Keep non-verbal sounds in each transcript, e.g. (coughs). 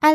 艾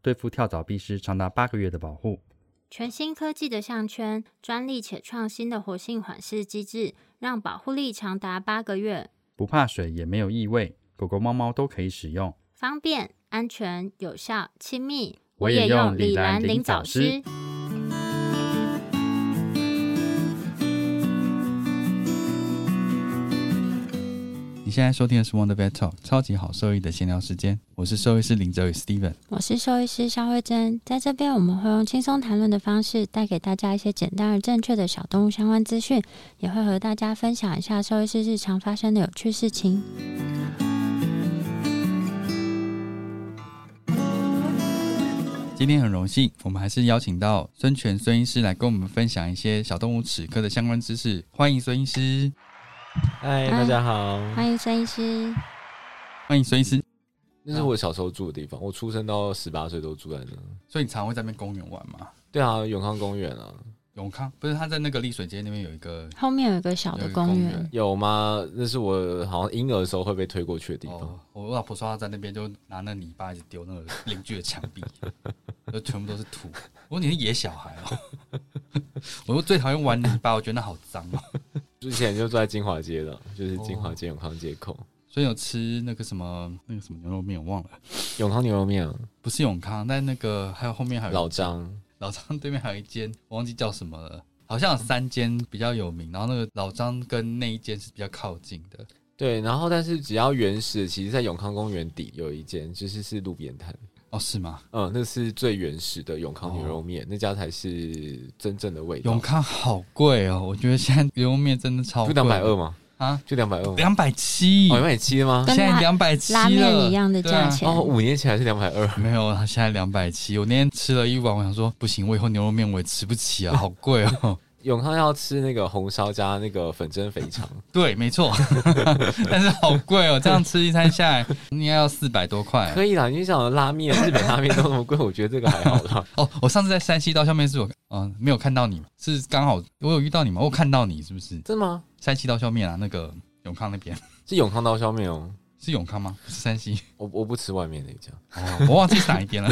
对付跳蚤必施长达八个月的保护。全新科技的项圈，专利且创新的活性缓释机制，让保护力长达八个月，不怕水也没有异味，狗狗、猫猫都可以使用。方便、安全、有效、亲密。我也用李兰林早师。你现在收听的是 Wonder Vet Talk 超级好兽医的闲聊时间，我是兽医师林哲宇 Steven。我是兽医师肖慧珍，在这边我们会用轻松谈论的方式，带给大家一些简单而正确的小动物相关资讯，也会和大家分享一下兽医师日常发生的有趣事情。今天很荣幸，我们还是邀请到孙权孙医师来跟我们分享一些小动物齿科的相关知识。欢迎孙医师，嗨，嗨大家好。欢迎孙医师，欢迎孙医师。那是我小时候住的地方，我出生到十八岁都住在那。所以你常会在那边公园玩吗？对啊，永康公园啊，永康不是他在那个丽水街那边有一个后面有一个小有的一个公公园，有吗？那是我好像婴儿的时候会被推过去的地方。哦，我老婆说她在那边就拿那泥巴一直丢那个邻居的墙 (laughs) 壁，就全部都是土。我说你是野小孩哦、 (laughs) 我说最讨厌玩泥巴，我觉得那好脏哦、之前就住在金华街的，就是金华街永康街口， (laughs) 所以有吃那个什么那个什么牛肉面，我忘了，永康牛肉面啊不是永康，但那个还有后面还有一老张，老张对面还有一间，我忘记叫什么了。好像有三间比较有名，然后那个老张跟那一间是比较靠近的。对，然后但是只要原始，其实在永康公园底有一间，就是是路边摊，哦，是吗？嗯，那是最原始的永康牛肉面，那家才是真正的味哦道。永康好贵哦，我觉得现在牛肉面真的超就贵，两百二吗？啊，就两百二吗？两百七哦，两百七的吗？跟现在拉两百七啊拉面一样的价钱。哦，五年前还是两百二。没有，它现在两百七。我那天吃了一碗，我想说不行，我以后牛肉面我也吃不起啊，好贵哦。 (laughs) 永康要吃那个红烧加那个粉蒸肥肠， (laughs) 对，没错， (laughs) 但是好贵哦，这样吃一餐下来应该要四百多块。可以啦。你想拉面，日本拉面都那么贵，我觉得这个还好 (laughs) 啦。哦，我上次在山西道下面是我，嗯、没有看到你，是刚好我有遇到你吗？我有看到你是不是？真的吗？山西道下面啊，那个永康那边是永康刀削面哦、是永康吗？不是山西，我我不吃外面 (laughs) 那一家，哦，我忘记是哪一边了。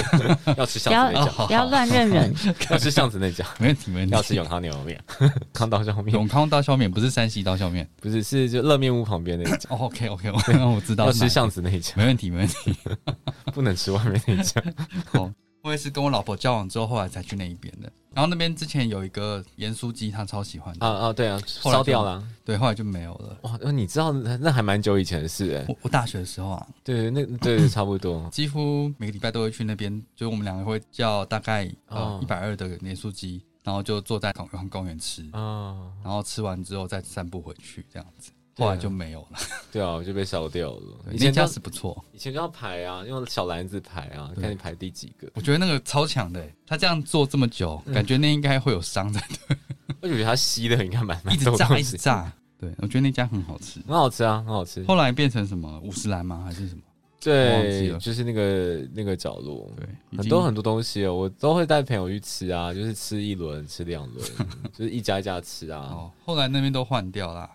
要吃巷要子那一好家，不要乱认哦人， (laughs) 要吃巷子那 (laughs) 一家，没问题，没问题。要吃永康牛肉面， (laughs) 康刀削面永康刀削面不是山西刀削面。不是是就热面屋旁边那一家，哦，OK OK，我 (laughs) 我知道要是哪吃一巷子那一家， (laughs) 没问题，没问题。不能吃外面那一家。我也是跟我老婆交往之后，后来才去那一边的。然后那边之前有一个盐酥鸡，她超喜欢的，啊啊，对啊，后来就烧掉了。对，后来就没有了。哇，呃你知道那那还蛮久以前的事哎、我我大学的时候啊，对，那对差不多。几乎每个礼拜都会去那边，就是我们两个会叫大概呃哦一百二的盐酥鸡，然后就坐在同同公园吃，啊，然后吃完之后再散步回去这样子。对啊后来就没有了。对啊，我就被烧掉了。对以那前家就是不错，以前就要排啊，用小篮子排啊，对看你排第几个。 (laughs) 我觉得那个超强的欸、他这样做这么久，嗯感觉那应该会有伤的，而且我觉得它吸的应该蛮蛮一直多炸东一直西，炸。对，我觉得那家很好吃。很好吃啊，很好吃。后来变成什么五十兰吗？还是什么？忘记对了，就是那个那个角落，对，已很经多很多东西哦，我都会带朋友去吃啊，就是吃一轮，吃两轮， (laughs) 就是一家一家吃啊。哦，后来那边都换掉啦。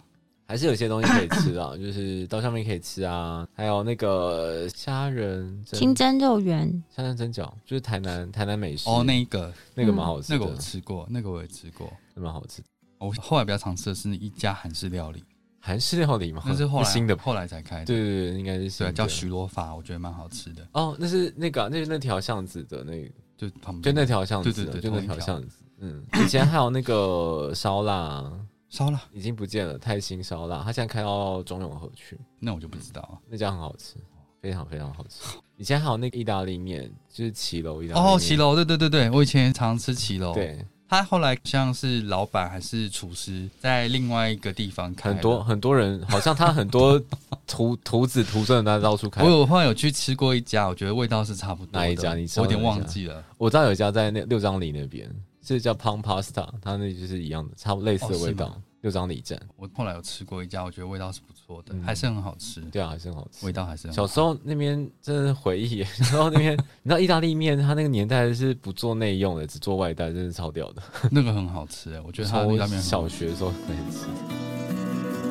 还是有些东西可以吃啊， (coughs) 就是刀削面可以吃啊，还有那个虾仁清蒸蒸肉圆，虾仁蒸饺，就是台南台南美食哦，那一个那个蛮好吃那的，个我吃过，那个我也吃过。那蛮好吃的。我后来比较常吃的是一家韩式料理，韩式料理嘛，但是后来新的吧，后来才开的，啊对对对，应该是新对啊，的叫徐罗法，我觉得蛮好吃的，哦，那是那个啊、那是那条巷子的那个就旁就边那条巷子啊，对对对就那同一条条巷子。嗯， (laughs) 以前还有那个烧腊，烧腊，已经不见了，泰兴烧腊，它现在开到中永和去，那我就不知道了。那家很好吃，非常非常好 (laughs) 吃。以前还有那个意大利面，就是骑楼意大利面。哦哦，骑。楼，对对对对，我以前常吃骑楼，对，他后来像是老板还是厨师，在另外一个地方开了很多。很多人好像他很多 (laughs) 徒徒子徒孙的，他到处开我。有后来有去吃过一家，我觉得味道是差不多的。哪一家你吃我有过点哪一忘家记了。我知道有一家在那六张里那边，是叫 Pang Pasta，它那就是一样的，差不多类似的哦味是吗道。六张里站，我后来有吃过一家，我觉得味道是不错的，嗯还是很好吃，对啊，还是很好吃。味道还是很好小时候那边真的是回忆， (laughs) 小时候那边你知道意大利面，它那个年代是不做内用的，只做外带，真的超屌的。那个很好吃、欸，我觉得它的意大利面很好小学的时候开始吃。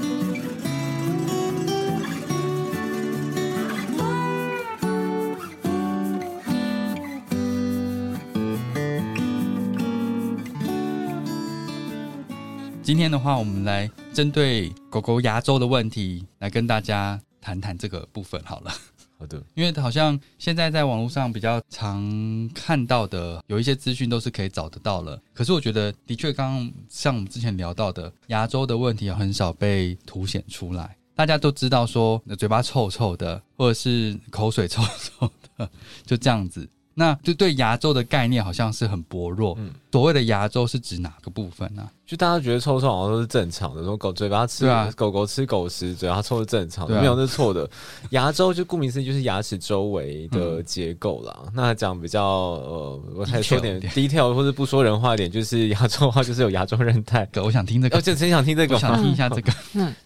今天的话，我们来针对狗狗牙周的问题来跟大家谈谈这个部分好了，好的，因为好像现在在网络上比较常看到的有一些资讯都是可以找得到了，可是我觉得的确，刚刚像我们之前聊到的牙周的问题很少被凸显出来。大家都知道说呃嘴巴臭臭的，或者是口水臭臭的，就这样子。那就对牙周的概念好像是很薄弱。嗯所谓的牙周是指哪个部分呢、就大家觉得臭臭好像都是正常的，说狗嘴巴吃、对啊狗狗吃狗食，嘴巴臭是正常对的，啊没有那是错的。 (laughs) 牙周就顾名思义就是牙齿周围的结构啦。那讲比较呃，我还说 Detail 点嗯一点 detail 或者不说人话一点，就是牙周的话就是有牙周 (laughs) 韧带。我想听这个而，且真想听这我个想吗，听一下 (laughs) 这个。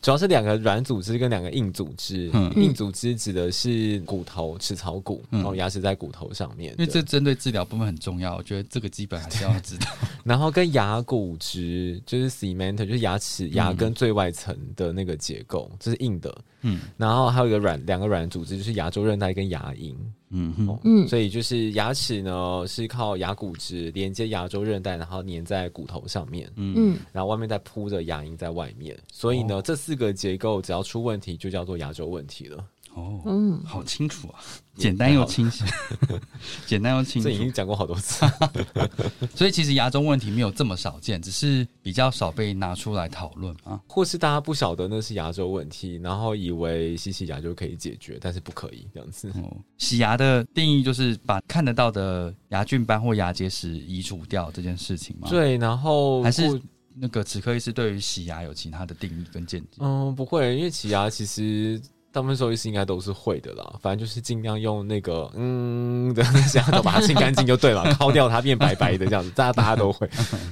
主要是两个软组织跟两个硬组织。嗯硬组织指的是骨头、齿槽骨，嗯然后牙齿在骨头上面的。因为这针对治疗部分很重要，我觉得这个基本还是要知道。 (laughs) 然后跟牙骨质就是 cement，就是牙齿牙根最外层的那个结构，这是硬的。嗯然后还有一个软两个软组织，就是牙周韧带跟牙龈。嗯哼， (laughs) 嗯所以就是牙齿呢是靠牙骨质连接牙周韧带，然后粘在骨头上面，嗯哦嗯然后外面再铺着牙龈在外面。所以呢，这四个结构只要出问题，就叫做牙周问题了。哦，嗯，好清楚啊，简单又清晰， (laughs) 简单又清啊这已经楚。讲过好多次，所以其实牙周问题没有这么少见，只是比较少被拿出来讨论啊。或是大家不晓得那是牙周问题，然后以为洗洗牙就可以解决，但是不可以这样 (laughs) 子。哦，洗牙的定义就是把看得到的牙菌斑或牙结石移除掉这件事情吗？，对，然后还是过那个齿科医师对于洗牙有其他的定义跟见解。嗯，不会，因为洗牙其实大部分兽医师应该都是会的啦，反正就是尽量用那个嗯的牙膏把它清干净就对了， (laughs) 敲掉它变白白的这样子，大家大家都会，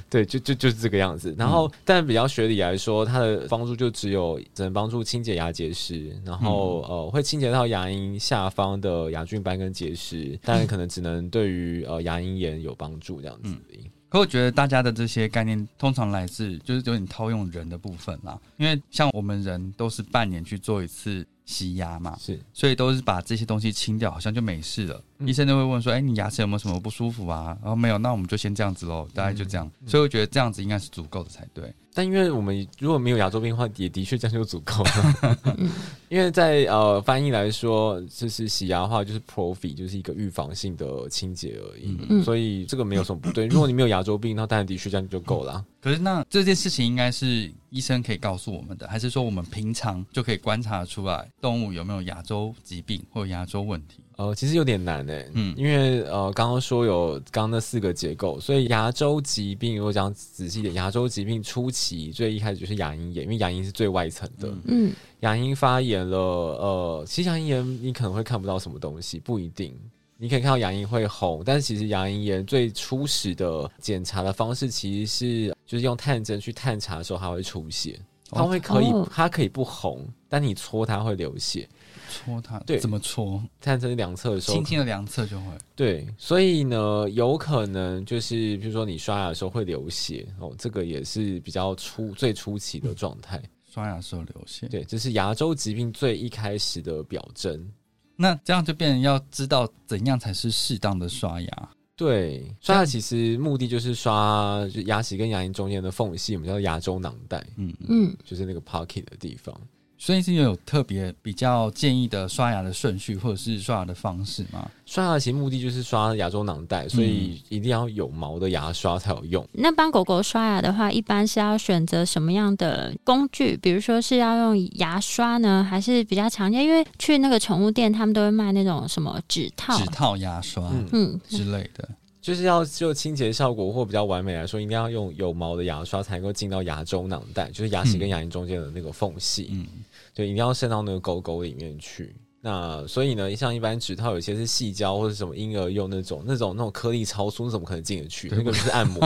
对，就就就是这个样子。然后，但比较学理来说，它的帮助就只有只能帮助清洁牙结石，然后、呃会清洁到牙龈下方的牙菌斑跟结石，但可能只能对于呃牙龈炎有帮助这样子而已。可我觉得大家的这些概念通常来自就是有点套用人的部分啦，因为像我们人都是半年去做一次洗牙嘛，是。所以都是把这些东西清掉，好像就没事了。嗯医生都会问说：“哎、你牙齿有没有什么不舒服啊？”然后没有，那我们就先这样子嗯喽，大概就这样。所以我觉得这样子应该是足够的才对。但因为我们如果没有牙周病的话，也的确这样就足够了。因为在呃翻译来说，就是洗牙的话，就是 prophy，就是一个预防性的清洁而已。嗯所以这个没有什么不对。如果你没有牙周病，那当然的确这样就够了。可是那这件事情应该是医生可以告诉我们的，还是说我们平常就可以观察出来动物有没有牙周疾病或牙周问题？呃，其实有点难诶、嗯因为呃，刚刚说有刚刚那四个结构，所以牙周疾病如果讲仔细一点，牙周疾病初期最一开始就是牙龈炎，因为牙龈是最外层的，嗯嗯牙龈发炎了，呃，其实牙龈炎你可能会看不到什么东西，不一定。你可以看到牙龈会红，但是其实牙龈炎最初始的检查的方式其实是就是用探针去探查的时候，它会出血，它会可以、哦它可以不红，但你戳它会流血。戳它，对怎么戳？探针两侧的时候轻，轻的量测就会。对，所以呢，有可能就是比如说你刷牙的时候会流血哦，这个也是比较初最初期的状态。刷牙时候流血。对，这是牙周疾病最一开始的表征。那这样就变成要知道怎样才是适当的刷牙。对，刷牙其实目的就是刷就牙齿跟牙龈中间的缝隙，我们叫做牙周囊袋，嗯，嗯就是那个 pocket 的地方。所以是有特别比较建议的刷牙的顺序或者是刷牙的方式吗？刷牙其实目的就是刷牙周囊袋，所以一定要有毛的牙刷才有用。那帮狗狗刷牙的话，一般是要选择什么样的工具？比如说是要用牙刷呢，还是比较常见？因为去那个宠物店，他们都会卖那种什么指套指，套牙刷嗯，嗯，之类的。就是要就清洁效果或比较完美来说，应该要用有毛的牙刷才能够进到牙周囊袋，就是牙齿跟牙龈中间的那个缝隙。嗯，对，一定要渗到那个沟沟里面去。那所以呢，像一般指套有些是细胶或者什么婴儿用那种，那种那种颗粒超粗，你怎么可能进得去？那个就是按摩，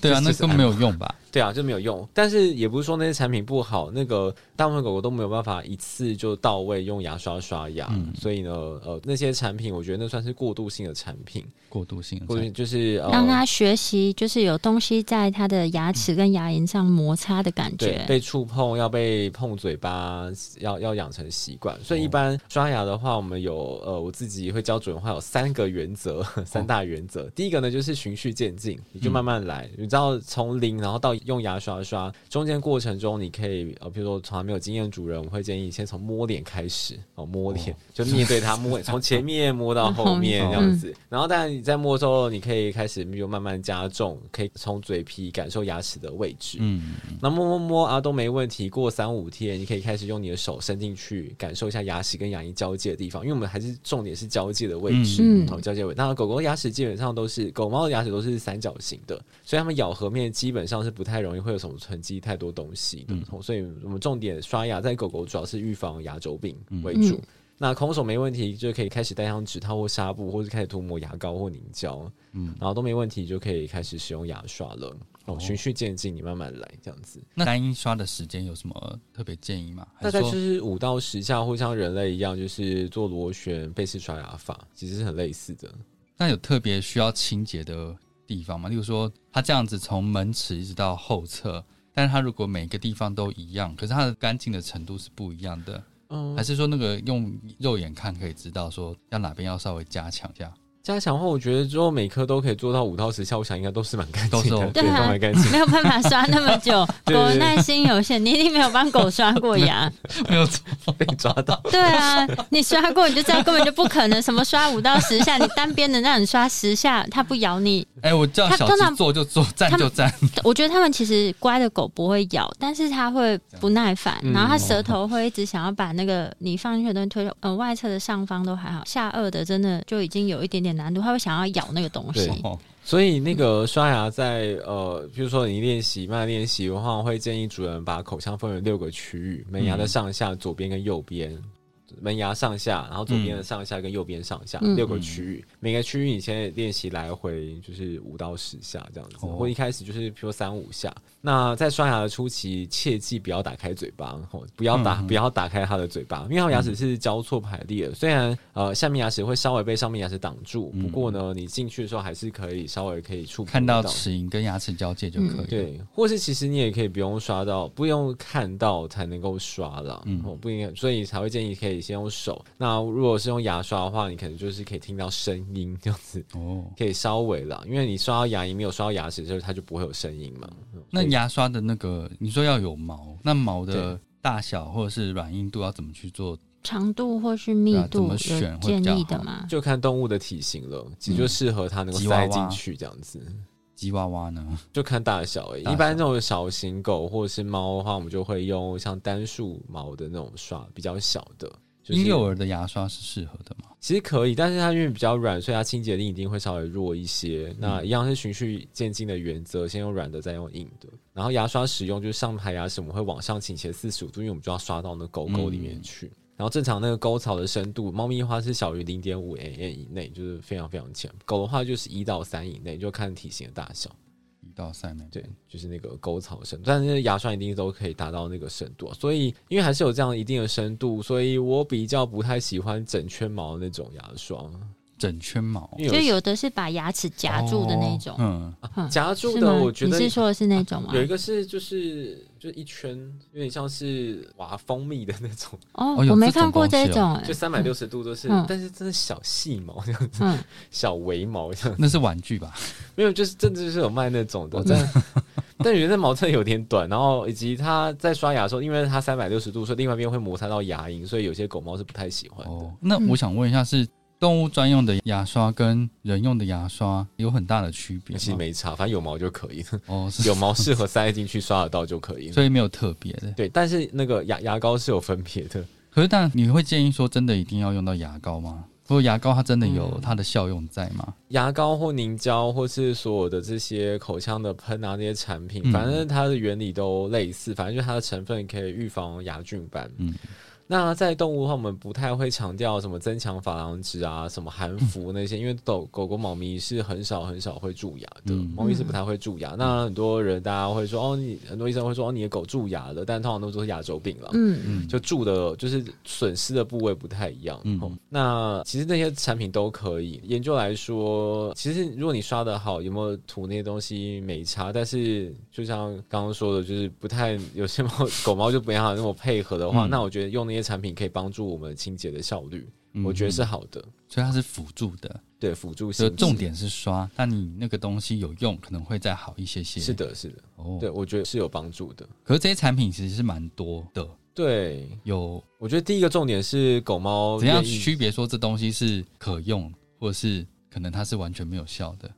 对啊，那就是根本没有用吧？对啊，就没有用。但是也不是说那些产品不好，那个大部分狗狗都没有办法一次就到位用牙刷刷牙，嗯所以呢，呃，那些产品我觉得那算是过渡性的产品，过渡性的或产者品，就是呃，让他学习，就是有东西在他的牙齿跟牙龈上摩擦的感对，觉。被触碰要被碰嘴巴，要要养成习惯。所以一般刷牙的话，我们有呃，我自己会教主人话有三个原则， (laughs) 三大原则。第一个呢，就是循序渐进，你就慢慢来。你知道从零，然后到用牙刷刷，中间过程中你可以呃，比如说从来没有经验的主人，我会建议你先从摸脸开始哦，摸脸、就面对它摸，从前面摸到后面嗯这样子。然后当然你在摸之后，你可以开始比如慢慢加重，可以从嘴皮感受牙齿的位置。嗯，那摸摸摸啊都没问题，过三五天你可以开始用你的手伸进去感受一下牙齿跟牙龈交界的地方，因为我们还是重点是交界的位置，嗯嗯好、交界位。那狗狗牙齿基本上都是狗猫的牙齿都是三角形的，所以它们咬合面基本上是不太容易会有什么囤积太多东西的。嗯所以我们重点刷牙在狗狗主要是预防牙周病为主。嗯那空手没问题，就可以开始戴上指套或纱布，或是开始涂抹牙膏或凝胶，嗯嗯，然后都没问题，就可以开始使用牙刷了。哦，循序渐进，你慢慢来，这样子。那单一刷的时间有什么特别建议吗？还大是概说就是五到十下，或像人类一样，就是做螺旋背式刷牙法，其实是很类似的。那有特别需要清洁的地方吗？例如说，它这样子从门齿一直到后侧，但是它如果每个地方都一样，可是它的干净的程度是不一样的，嗯还，是说那个用肉眼看可以知道说要哪边要稍微加强一下？加强后，我觉得之后每颗都可以做到五到十下，我想应该都是蛮干净都是的， OK 对，对都啊蛮干净的。没有办法刷那么久， (laughs) 对对对狗耐心有限，你一定没有帮狗刷过 (laughs) 牙。 (laughs) 没有错， (laughs) 被抓到，对啊，你刷过你就知道根本就不可能，什么刷五到十下，你单边的让你刷十下，它不咬你。哎、我叫它小通常鸡坐就坐，站就站，我觉得它们其实乖的狗不会咬，但是它会不耐烦，嗯然后它哦舌头会一直想要把那个你放进去的东西推，呃，外侧的上方都还好，下颚的真的就已经有一点点难度，它会想要咬那个东西。对哦所以那个刷牙在呃，比如说你练习慢慢练习的话，我会建议主人把口腔分为六个区域：门牙的上下、左边跟右边。门牙上下，然后左嗯边的上下跟右边上下、嗯六个区域，每个区域你先练习来回就是五到十下这样子，哦或一开始就是比如三五下。那在刷牙的初期，切记不要打开嘴巴，吼不要打、嗯嗯不要打开它的嘴巴，因为它牙嗯齿是交错排列的，虽然呃下面牙齿会稍微被上面牙齿挡住，不过呢你进去的时候还是可以稍微可以触碰嗯看到齿龈跟牙齿交界就可以了。嗯对，或是其实你也可以不用刷到，不用看到才能够刷啦。嗯嗯，不应该，所以才会建议可以先用手。那如果是用牙刷的话，你可能就是可以听到声音这样子，哦，可以稍微啦，因为你刷到牙龈没有刷到牙齿的时候，它就不会有声音嘛。那所以牙刷的那个，你说要有毛，那毛的大小或者是软硬度要怎么去做？长度或是密对啊怎度么有选会建比较议的好吗？就看动物的体型了，嗯其实就适合它能够吉塞娃进娃去这样子。吉娃娃呢？就看大小而已。大小一般那种小型狗或者是猫的话，我们就会用像单数毛的那种刷，比较小的。就是婴幼儿的牙刷是适合的吗？其实可以，但是它因为比较软，所以它清洁力一定会稍微弱一嗯些。那一样是循序渐进的原则，先用软的，再用硬的。然后牙刷使用就是上排牙齿我们会往上倾斜四十五度，因为我们就要刷到那沟沟里面嗯去。然后正常那个沟槽的深度，猫咪的话是小于零点五 mm 以内，就是非常非常浅。狗的话就是一到三以内，就看体型的大小。一到三那边对，就是那个沟槽深度，但是牙刷一定都可以达到那个深度啊、所以因为还是有这样一定的深度，所以我比较不太喜欢整圈毛的那种牙刷，整圈毛因就为啊有的是把牙齿夹住的那种哦，嗯，嗯夹住是的，吗？我觉得你是说的啊是那种吗？有一个是就是就一圈，有点像是挖蜂蜜的那种，哦哦，有我没这种看过东这西哦种，哎就三百六十度都是，嗯但是真的小细毛 (laughs) 这样，嗯，小微毛这样，那是玩具吧？没有，就是真的就是有卖那种的，但但觉得那毛真的有点短，然后以及它在刷牙的时候，因为它三百六十度，所以另外一边会摩擦到牙龈，所以有些狗猫是不太喜欢的。哦，那我想问一下，是动物专用的牙刷跟人用的牙刷有很大的区别其实吗？没差，反正有毛就可以 (laughs) 了，哦，是，有毛适合塞进去刷得到就可以了。 (laughs) 所以没有特别的。对，但是那个牙牙膏是有分别的，可是，但你会建议说，真的一定要用到牙膏吗？不过牙膏它真的有它的效用在吗？牙膏或凝胶，或是所有的这些口腔的喷啊这些产品，嗯反正它的原理都类似，反正就是它的成分可以预防牙菌斑。嗯那在动物的话，我们不太会强调什么增强珐琅质啊、什么含氟那些，因为狗狗狗、猫咪是很少很少会蛀牙的，嗯猫咪是不太会蛀牙。那很多人大家会说哦，你很多医生会说哦，你的狗蛀牙了，但通常都是牙周病了。嗯嗯，就住的，就是损失的部位不太一样。嗯嗯，那其实那些产品都可以。研究来说，其实如果你刷的好，有没有涂那些东西没差。但是就像刚刚说的，就是不太有些猫狗猫就不太好那么配合的话，嗯那我觉得用那些产品可以帮助我们清洁的效率，嗯我觉得是，好的。所以它是辅助的，对，辅助所以性重点是刷，但你那个东西有用，可能会再好一些些。是的，是的，哦，对，我觉得是有帮助的。可是这些产品其实是蛮多的，对，有我觉得第一个重点是狗猫怎样哦愿意区别说这东西是可用，或者是可能它是完全没有效的？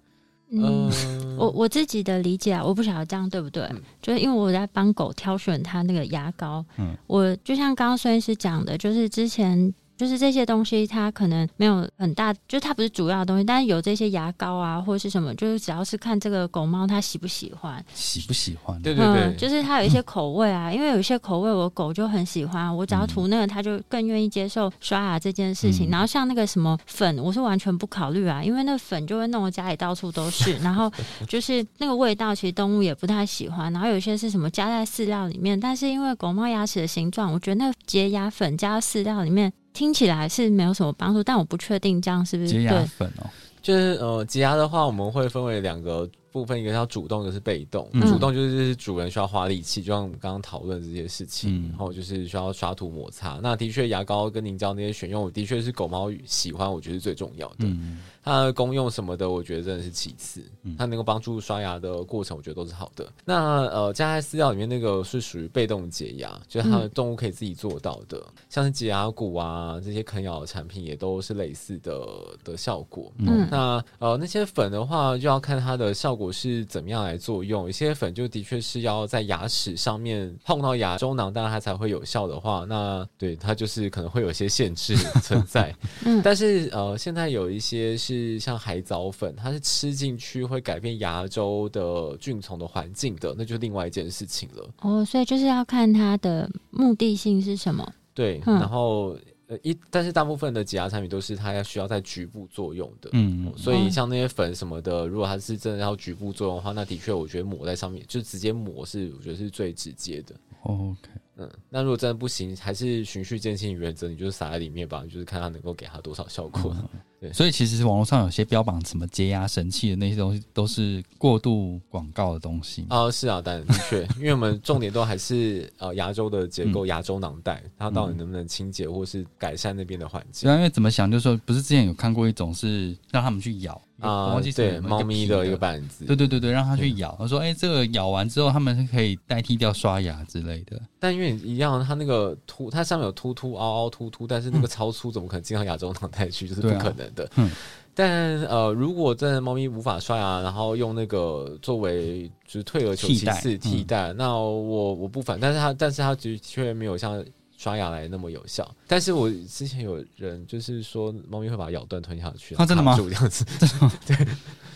嗯， (laughs) 嗯我我自己的理解啊，我不晓得这样对不对，就是因为我在帮狗挑选它那个牙膏，嗯我就像刚刚孙医师讲的，就是之前。就是这些东西，它可能没有很大，就是它不是主要的东西，但是有这些牙膏啊，或者是什么，就是只要是看这个狗猫它喜不喜欢，喜不喜欢？对对对，嗯，就是它有一些口味啊，因为有一些口味我狗就很喜欢，我只要涂那个，它就更愿意接受刷牙这件事情。嗯然后像那个什么粉，我是完全不考虑啊，因为那粉就会弄得家里到处都是，然后就是那个味道，其实动物也不太喜欢。然后有些是什么加在饲料里面，但是因为狗猫牙齿的形状，我觉得那个洁牙粉加到饲料里面。听起来是没有什么帮助，但我不确定这样是不是洁牙对。粉哦，就是呃，挤压的话，我们会分为两个部分，一个叫主动，一个是被动。嗯主动就是主人需要花力气，就像我们刚刚讨论这些事情，嗯然后就是需要刷涂抹擦。那的确，牙膏跟凝胶那些选用，的确是狗猫喜欢，我觉得是最重要的。嗯，它的功用什么的，我觉得真的是其次嗯。它能够帮助刷牙的过程，我觉得都是好的。那呃，加在饲料里面那个是属于被动解牙，就是嗯它的动物可以自己做到的，像是解牙骨啊这些啃咬的产品也都是类似的的效果。嗯那呃，那些粉的话，就要看它的效果是怎么样来作用。有些粉就的确是要在牙齿上面碰到牙周囊，当然它才会有效的话，那对它就是可能会有一些限 (laughs) 制存在。嗯但是呃，现在有一些是像海藻粉，它是吃进去会改变牙周的菌丛的环境的，那就另外一件事情了。哦，所以就是要看它的目的性是什么。对，嗯然后呃一，但是大部分的解牙产品都是它要需要在局部作用的。嗯，所嗯以像那些粉什么的，如果它是真的要局部作用的话，那的确我觉得抹在上面，就直接抹是我觉得是最直接的。哦 OK，嗯，那如果真的不行，还是循序渐进原则，你就是撒在里面吧，你就是看它能够给它多少效果。嗯所以其实网络上有些标榜什么洁牙神器的那些东西，都是过度广告的东西嘛。啊、是啊，当然的确，因为我们重点都还是呃牙周的结嗯构、牙周囊袋，它到底能不能清洁或是改善那边的环境对。啊，因为怎么想，就是说，不是之前有看过一种是让他们去咬我啊、忘记是对，什么猫咪的一个皮板子，对对对对，让它去咬。他说：“哎、这个咬完之后，他们是可以代替掉刷牙之类的。但因为你一样，它那个凸，它上面有凸凸凹凹凸凸，但是那个超粗怎么可能进到亚洲脑袋去？就是嗯不对啊可能的。嗯但呃，如果真的猫咪无法刷牙，然后用那个作为就是退而求其替代次嗯替代，那我我不反，但是它但是它的确没有像刷牙来那么有效。但是我之前有人就是说，猫咪会把咬断吞下去，啊 (laughs) 真的吗卡住这样子， (laughs) 对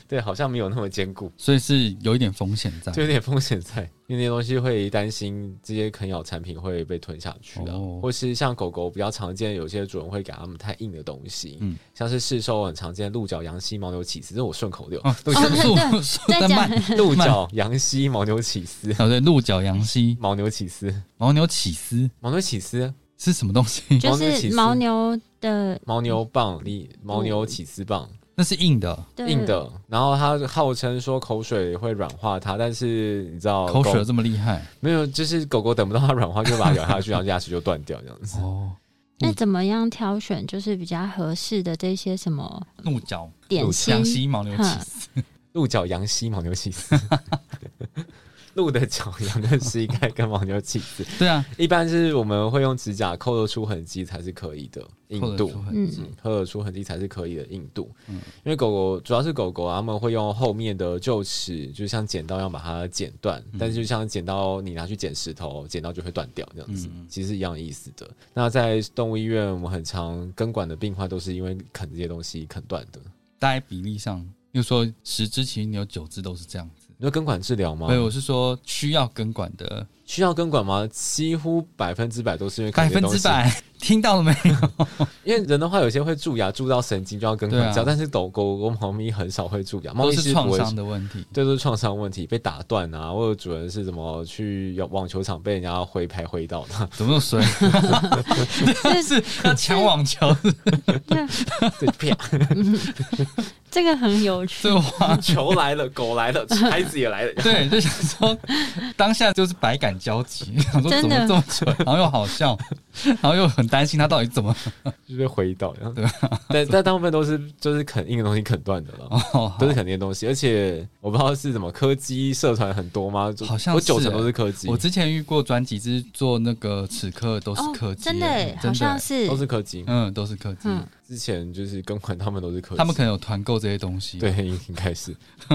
对，好像没有那么坚固。所以是有一点风险在。就有点风险在，因为那些东西会担心这些啃咬产品会被吞下去啊，哦或是像狗狗比较常见，有些主人会给它们太硬的东西，嗯像是市售很常见的鹿角、羊膝、牦牛起司，这是我顺口溜，哦，鹿速角、速速再的讲慢，鹿角、羊膝、牦牛起司、哦对，鹿角羊膝、牦牛起司、牦牛起司牦牛起司、是什么东西？ (laughs) 就牦牛起是司牦牛的牦牛棒、你牦牛起司棒，那是硬的，对硬的，然后它号称说口水会软化它，但是你知道口水狗有这么厉害没有，就是狗狗等不到它软化就把它咬下去，然后牙齿就断掉这样子。哦。那怎么样挑选就是比较合适的这些什么鹿角点羊心？膝牦牛起司，鹿角、羊膝、牦牛起司。 (laughs) 鹿的脚羊的膝盖跟牦牛起子，对啊，一般是我们会用指甲抠得出痕迹才是可以的硬扣得度出。痕嗯迹，抠得出痕迹才是可以的硬度，嗯因为狗狗主要是狗狗啊，它们会用后面的臼齿，就像剪刀一样把它剪断，嗯但是就像剪刀你拿去剪石头，剪刀就会断掉这样子，嗯其实是一样的意思的。那在动物医院，我们很常根管的病患都是因为啃这些东西啃断的。大概比例上，又说十只，其实你有九只都是这样子。你说根管治疗吗所？以我是说，需要根管的需要根管吗？几乎百分之百都是因为啃百这些分东之西，百，听到了没有？因为人的话，有些会蛀牙，蛀到神经就要根管治对疗，啊但是狗狗狗猫咪很少会蛀牙，猫都咪是不创会伤的问题。对，都是创伤问题，被打断啊，或者主人是怎么去网球场被人家挥拍挥到 (laughs) 的，怎么那 (laughs) 么衰？是要抢网球，对，啪，这个很有 (laughs) 趣对。哇，球来了，狗来了， (laughs) 孩子也来了，对，就想说当下就是百感交集，想说真怎的么这么蠢，然后又好笑，然后又很担心他到底怎么就被挥到， (laughs) 对，啊但但大部分都是就是啃硬的东西啃断的了。哦，都是啃硬的东西，而且我不知道是什么柯基社团很多吗？就好像我九是成欸都是柯基，我之前遇过转几只做那个齿科的都是科技、哦真的耶，好真像的，是都是柯基。嗯，都是科技，嗯之前就是跟款他们都是柯基，他们可能有团购这些东西，，对应 (laughs) 该是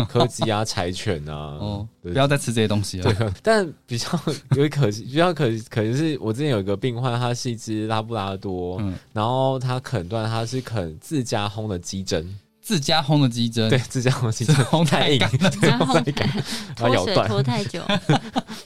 柯基啊、柴犬啊，哦，对不要再吃这些东西了，对，但比较 (laughs) 有点可惜，比较可可能是我之前有一个病患，他是一只拉布拉多，嗯，然后他啃断，他是啃自家烘的鸡胗，自家烘的鸡胗，对，，自家烘的鸡是胗嗯烘太硬，干了，对，然后烘太硬，把它脱咬水断，脱太久，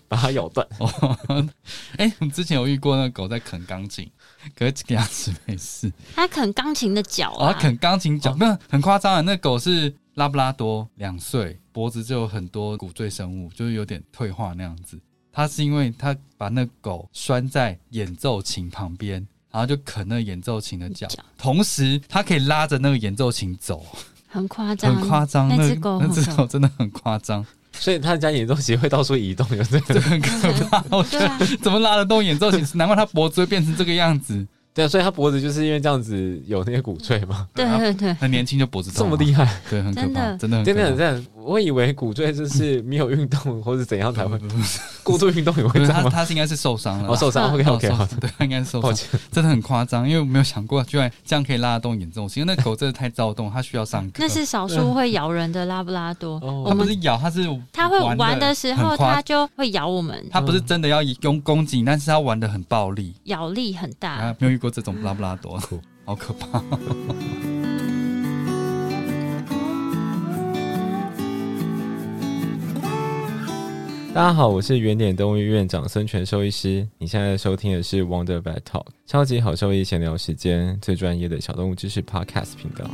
把它咬断。哦， (laughs) 哎、我们之前有遇过那个狗在啃钢琴，可是给它吃没事，它啃钢琴的脚哦，啊，它啃钢琴脚，没有很夸张啊，那狗是拉布拉多，两岁，脖子就有很多骨赘生物，就是有点退化那样子。它是因为它把那狗拴在演奏琴旁边，然后就啃那演奏琴的脚脚，同时它可以拉着那个演奏琴走，很夸张，很夸张。那那只狗那很只夸狗真的很夸张， (laughs) 所以他家演奏席会到处移动，有这对，个。很可怕。我觉对得啊，怎么拉得动演奏琴？难怪它脖子会变成这个样子。对啊，所以他脖子就是因为这样子有那些骨赘嘛，对对对，很年轻就脖子这痛么了，厉害。对，很可怕，真的很可真的很怕。这样，我以为骨赘就是没有运动或者怎样才会不不不是 (laughs) 过度运动也会不这是样他吗？他是应该是受伤了啦，哦，受伤，OK 哦 OK，受好伤， (laughs) 对，他应该是受抱伤，歉。真的很夸张，因为我没有想过，居然这样可以拉得动眼这种事，因为那狗真的太躁动，它需要上课。那是少数会咬人的拉布拉多。哦我它不们是咬，它是它会玩玩的时候，很夸它就会咬我们，它不是真的要用攻击，但是它玩的很暴力。咬力很大啊。，没有遇过这种拉布拉多，嗯好可怕。大家好，我是原点动物医院长孙权兽医师。你现在收听的是 Wonder Vet Talk，超级好兽医闲聊时间，最专业的小动物知识 Podcast 频道。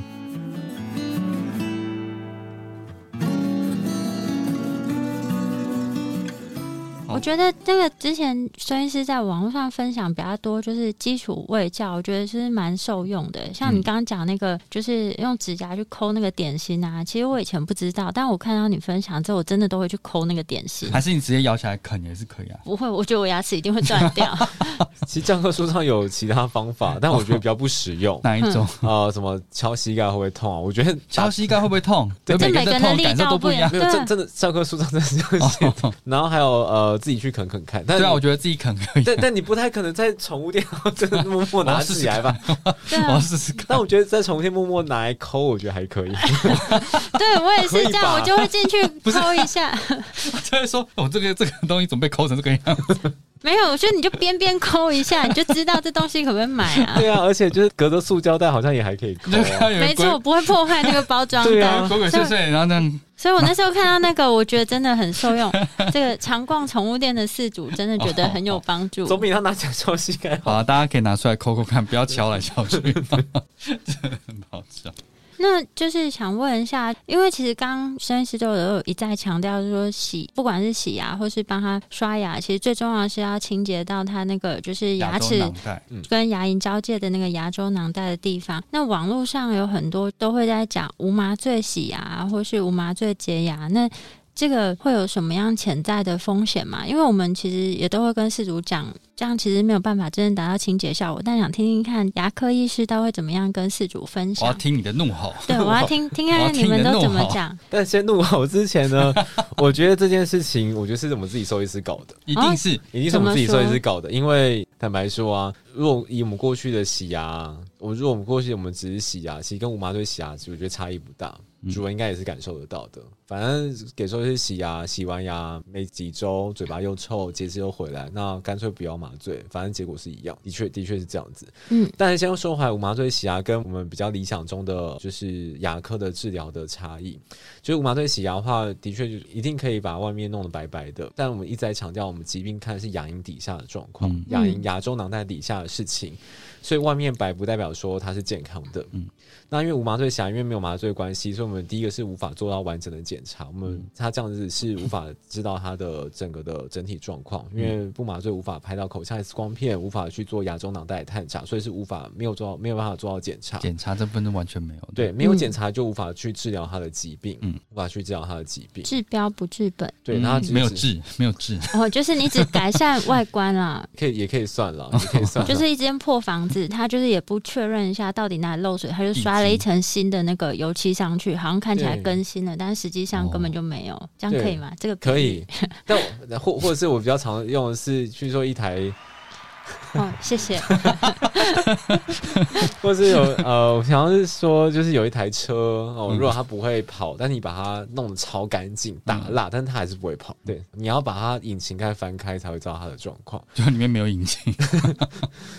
我觉得这个之前孙医师在网络上分享比较多，就是基础卫教，我觉得是蛮受用的。像你嗯刚刚讲那个，就是用指甲去抠那个点心啊，其实我以前不知道，但我看到你分享之后，我真的都会去抠那个点心。还是你直接咬起来啃也是可以啊。。不会，我觉得我牙齿一定会断掉。其实教科书上有其他方法，但我觉得比较不实用哪一种？嗯啊、什么敲膝盖会不会痛啊？我觉得哦 (laughs) 敲膝啊盖会不会痛？对每这个人的每个人痛的感力受道都不不一一样。样没有对真真的教科书上真的是这样写。 (laughs) 哦然后还有呃自己去啃啃看，但对啊，我觉得自己啃可以。 (laughs) 但但你不太可能在宠物店真的默默拿 (laughs) 起哦来吧？ (laughs) 对我要啊，试试看。但我觉得在宠物店默默拿来抠，我觉得还可以。对我也可是这以样，吧我就会进去抠一下。就会说，哦我、这个这个东西怎么被抠成这个 (laughs) 样？没有，我觉得你就边边抠一下，你就知道这东西可不可以买 (laughs) 啊。对啊，而且就是隔着塑胶袋好像也还可以 (laughs) 抠、你就看啊。到有没人鬼错，我不会破坏那个包装对的。啊鬼鬼祟祟，然后这样所以我那时候看到那个，我觉得真的很受用。 (laughs) 这个常逛宠物店的饲主真的觉得很有帮 (laughs) 助。总比他拿起来敲膝盖好、好。啊，大家可以拿出来抠抠看，不要敲来敲去，真的很好笑。那就是想问一下，因为其实刚刚孙医师都有一再强调，就是说洗，不管是洗牙或是帮他刷牙，其实最重要的是要清洁到他那个就是牙周齿囊袋，跟牙龈交界的那个牙周囊袋的地方。那网啊络上有很多都会在讲无麻醉洗牙，或是无麻醉洁牙。那这个会有什么样潜在的风险吗？因为我们其实也都会跟饲主讲，这样其实没有办法真正达到清洁效果。但想听听看牙科医师他会怎么样跟饲主分我要享。听你的怒吼。对，我要听听看我要看听你们你的都怎怒么吼讲。但先怒吼之前呢，我觉得这件事情，我觉得是我们自己兽医师搞的。一定是一定是我们自己设计师搞的，因为坦白说啊，如果以我们过去的洗牙，我如果我们过去我们只是洗牙，其实跟无麻醉洗牙，其实我觉得差异不大，主人应该也是感受得到的。反正给兽医师洗牙，洗完牙没几周，嘴巴又臭，结石又回来，那干脆不要麻醉，反正结果是一样。的确，的确是这样子。嗯，但是先说回来，无麻醉洗牙跟我们比较理想中的就是牙科的治疗的差异。就是无麻醉洗牙的话，的确就一定可以把外面弄得白白的，但我们一直在强调，我们疾病看的是牙龈底下的状况，嗯牙龈、牙周囊在底下的事情，所以外面白不代表说它是健康的。嗯那因为无麻醉洗牙，因为没有麻醉的关系，所以我们第一个是无法做到完整的检查，我嗯们它这样子是无法知道它的整个的整体状况，因嗯为不麻醉无法拍到口腔 X 光片，无法去做牙周囊带的探查，所以是无法没有做到没有办法做到检查。检查这部分是完全没有的。对，没有嗯检查就无法去治疗他的疾病，嗯无法去治疗他的疾病。治标不治本，对，嗯那它没有只是，治，没有治。哦，就是你只改善外观啊啦，可以也可以 (laughs) 算了，也可以算了。就是一间破房子，他就是也不确认一下到底哪里漏水，他就刷了一层新的那个油漆上去，好像看起来对哦更新了，但实际上根本就没有。这样可以吗？这个可比以喻。， (laughs) 但我或或者是我比较常用的是，去说一 (laughs) 台，哦，谢 (laughs) 谢。或是有呃，我想要是说，就是有一台车哦，如果它不会跑，但你把它弄得超干净、打蜡，但它还是不会跑。嗯对，你要把它引擎盖翻开才会知道它的状况。 (laughs) 就里面没有引擎，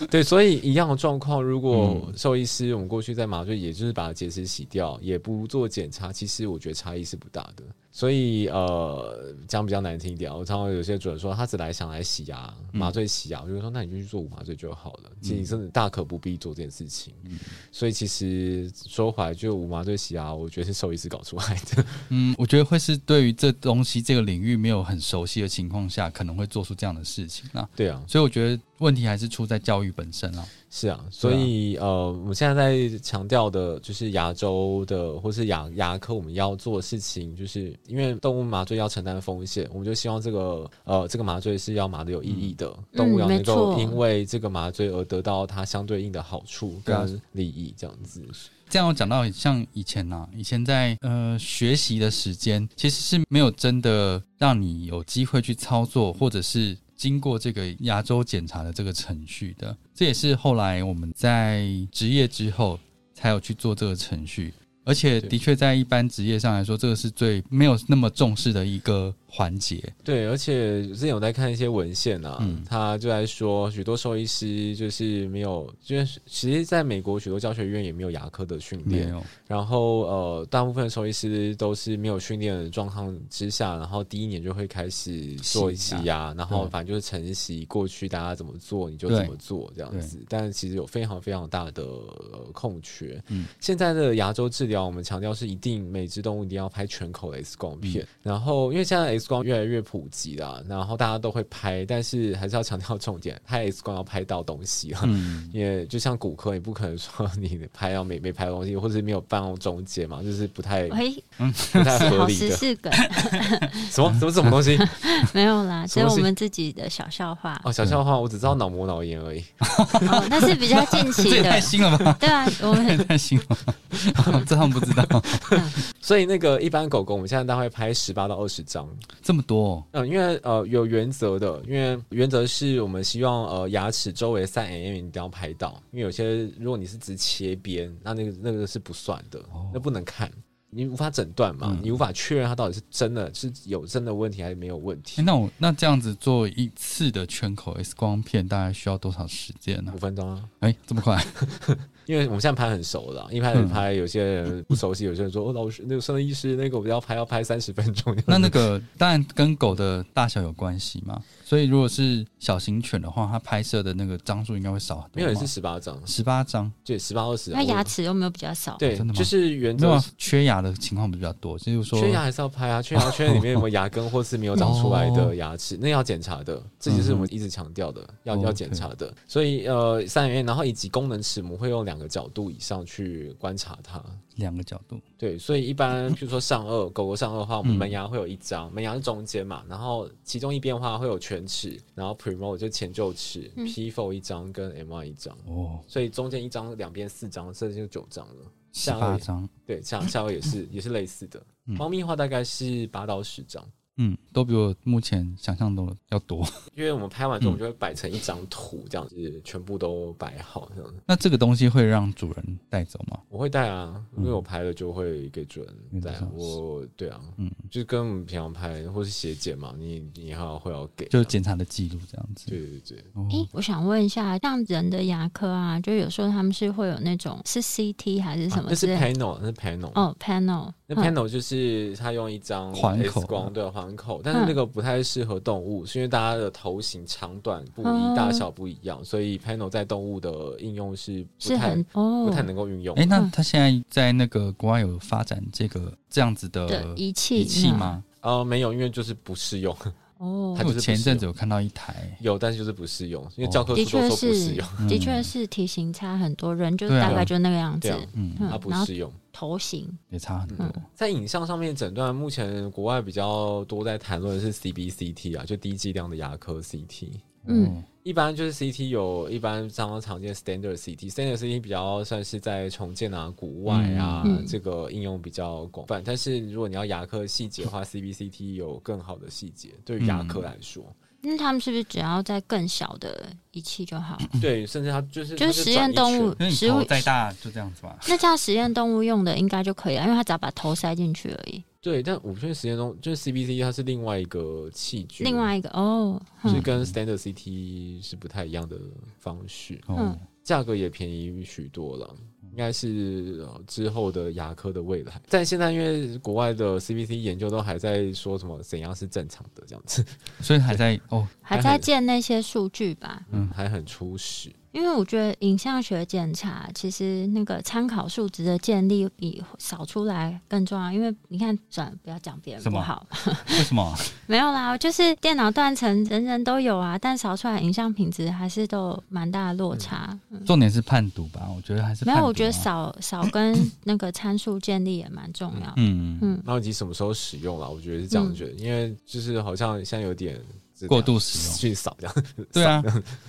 对，所以一样的状况，如果兽医师我们过去在麻醉，也就是把结石洗掉，也不做检查，其实我觉得差异是不大的。所以呃，讲比较难听一点啊，我常常有些主人说他只来想来洗牙，麻醉洗牙，我就说那你就去做无麻醉就好了。其实真的大可不必做这件事情。所以其实说回来，就无麻醉洗牙，我觉得是兽医师搞出来的。 (laughs) 嗯，我觉得会是对于这东西这个领域没有很熟悉的情况下，可能会做出这样的事情啊。对啊，所以我觉得问题还是出在教育本身啊。是啊，所以、呃，我们现在在强调的就是牙周的或是牙牙科我们要做的事情，就是因为动物麻醉要承担风险，我们就希望这个呃这个麻醉是要麻的有意义的，嗯动物要没能够错因为这个麻醉而得到它相对应的好处对啊跟利益，这样子。这样我讲到像以前呐、以前在呃学习的时间，其实是没有真的让你有机会去操作，或者是经过这个牙周检查的这个程序的。这也是后来我们在职业之后才有去做这个程序，而且对的确在一般职业上来说，这个是最没有那么重视的一个环节。对，而且之前有在看一些文献啊，嗯他就在说许多兽医师就是没有，就是其实在美国许多教学医院也没有牙科的训没练，有，然后呃，大部分的兽医师都是没有训练的状况之下，然后第一年就会开始做洗洗牙牙，然后对反正就是承袭过去大家怎么做你就对怎么做这样子。但其实有非常非常大的、呃空缺。嗯现在的牙周治疗，我们强调是一定每只动物一定要拍全口的 X 光片，嗯然后因为现在 X 光越来越普及啦，然后大家都会拍，但是还是要强调重点，拍 X 光要拍到东西啊。嗯，也就像骨科，你不可能说 (laughs) 你拍到没没拍到东西，或者是没有办到中间嘛，就是不太不喂，太哎是合好理十的。四个，什么什么什么东西？ (laughs) 没有啦，什这是么东西我们自己的小笑话。哦，小笑话，我只知道脑膜脑炎而已。哦，那是比较近 (laughs) 期 (laughs) 这也太的。新了吧！对啊，我这也们太新了吧， (laughs) 这他们不知道所以那个一般狗狗，我们现在大概会拍十八到二十张。这么多哦、嗯，因为呃有原则的，因为原则是我们希望呃牙齿周围三 mm 一定要拍到，因为有些如果你是只切边，那那个那个是不算的，那不能看。你无法诊断嘛，嗯你无法确认它到底是真的是有真的问题还是没有问欸、题。那我那这样子做一次的全口 X 光片大概需要多少时间呢、五分钟啊，哎、这么快？ (laughs) 因为我们现在拍很熟了，一拍嗯始拍，有些人不熟悉，有些人说哦，老师那个生医师那个我们要拍要拍三十分钟。 (laughs) 那那个当然跟狗的大小有关系嘛，所以如果是小型犬的话，它拍摄的那个张数应该会少很多 (laughs) 没有也是十八张，十八张，对，十八二十。那牙齿有没有比较少？对真的，吗就是原没有则啊。缺牙的情况比较多，就是说缺牙还是要拍啊，缺牙缺里面有没有牙根或是没有长出来哦的牙齿，那要检查的，这就是我们一直强调的，要嗯哦要检查的。所以呃，三元，然后以及功能齿模会用两两个角度以上去观察它。两个角度，对，所以一般譬如说上颚，狗狗上颚的话，我们嗯门牙会有一张，门牙是中间嘛，然后其中一边的话会有犬齿，然后 premo 就前臼齿嗯，P f o 一张跟 M I 一张，哦，所以中间一张、两边四张，这就九张了。十下八颚张，对，夏夏威也是也是类似的。嗯猫咪的话大概是八到十张，嗯，都比我目前想象的要多。 (laughs) 因为我们拍完之嗯后，我们就会摆成一张图，这样子全部都摆好这样子。那这个东西会让主人带走吗？我会带啊，嗯因为我拍了就会给主人原则带上。是我对啊，嗯，就是跟我们平常拍或是写检嘛，你你还要会要给啊，就是检查的记录这样子。对对对，哦，诶，我想问一下，像人的牙科啊，就有时候他们是会有那种是 CT 还是什么啊那之是类 panel，那是 panel。哦，panel，嗯那 panel 就是他用一张环口 X 光对环口，但是嗯那个不太适合动物，是因为大家的头型长短不哦一，大小不一样，所以 panel 在动物的应用是不是太很哦不太能够运用哎、。那嗯他现在在那个国外有发展这个这样子的的仪器嗯仪器呢？吗？呃，没有，因为就是不适用， (laughs) 哦它因就为是我不前一适阵用子有看到一台，有，但是就是不适用，因为哦教科书的都确说不是适用，，的嗯确是体型差很多，人就对嗯啊大概就那个样子对啊，嗯，嗯它不然后适用。头型也差很多。嗯在影像上面诊断，目前国外比较多在谈论的是 CBCT 啊，就低剂量的牙科 CT。嗯哦，一般就是 CT 有一般常常见 standard CT，standard CT 比较算是在重建啊、骨外啊、嗯这个应用比较广泛。但是如果你要牙科细节的话，CBCT 有更好的细节，对于牙科来说，那他们是不是只要在更小的仪器就好？对，甚至它就是就它是实验转一圈动物因为你食物头再大就这样子吧。那这样实验动物用的应该就可以了，因为它只要把头塞进去而已。对，但我不确定实验中就是 CBCT 它是另外一个器具，另外一个哦，就嗯是跟 standard CT 是不太一样的方式，嗯哦，价格也便宜许多了。嗯应该是呃之后的牙科的未来，但现在因为国外的 CBC 研究都还在说什么怎样是正常的这样子，所以还在哦，还在建那些数据吧。嗯嗯， (laughs) 还很初始。因为我觉得影像学检查其实那个参考数值的建立比扫出来更重要，因为你看，算了，不要讲别人什不么好，为什么？没有啦，就是电脑断层人人都有啊，但扫出来影像品质还是都有蛮大的落差。嗯重点是判读吧？我觉得还是没判有，读我觉得啊，扫扫跟那个参数建立也蛮重要的。嗯，嗯，然后以及什么时候使用啦，我觉得是这样嗯觉得，因为就是好像现在有点过度使用。去扫这样，对啊，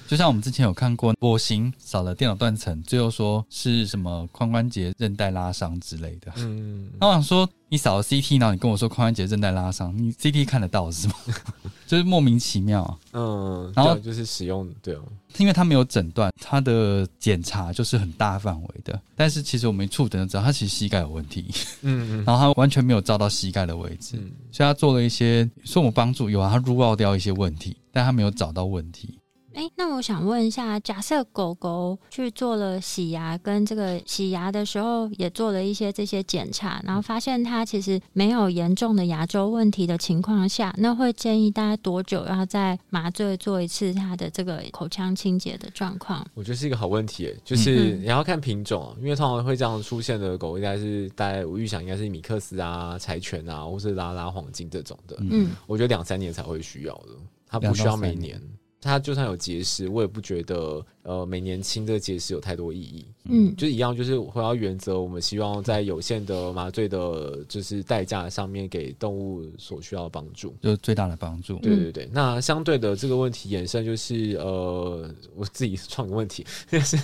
就像我们之前有看过跛行少了电脑断层，最后说是什么髋关节韧带拉伤之类的。嗯，那我想说，你扫了 CT，然后你跟我说髋关节韧带拉伤，你 CT 看得到是吗？ (laughs) 就是莫名其妙啊，嗯，然后对就是使用对哦，因为他没有诊断，他的检查就是很大范围的。但是其实我们一触诊就知道，他其实膝盖有问题，嗯嗯然后他完全没有照到膝盖的位置，嗯，所以他做了一些说我们帮助有啊，他 rule out 掉一些问题，但他没有找到问题。哎、那我想问一下，假设狗狗去做了洗牙，跟这个洗牙的时候也做了一些这些检查，然后发现它其实没有严重的牙周问题的情况下，那会建议大概多久要再麻醉做一次它的这个口腔清洁的状况？我觉得是一个好问题耶，就是嗯你要看品种啊，因为通常会这样出现的狗，应该是大概我预想应该是米克斯啊、柴犬啊，或是拉拉黄金这种的。嗯，我觉得两三年才会需要的，它不需要每两年。它就算有结石，我也不觉得呃每年清这个结石有太多意义。嗯就是一样，就是回到原则，我们希望在有限的麻醉的，就是代价上面给动物所需要的帮助。就是最大的帮嗯助。对对对，那相对的这个问题衍生就是呃，我自己创个问题， (laughs) 就是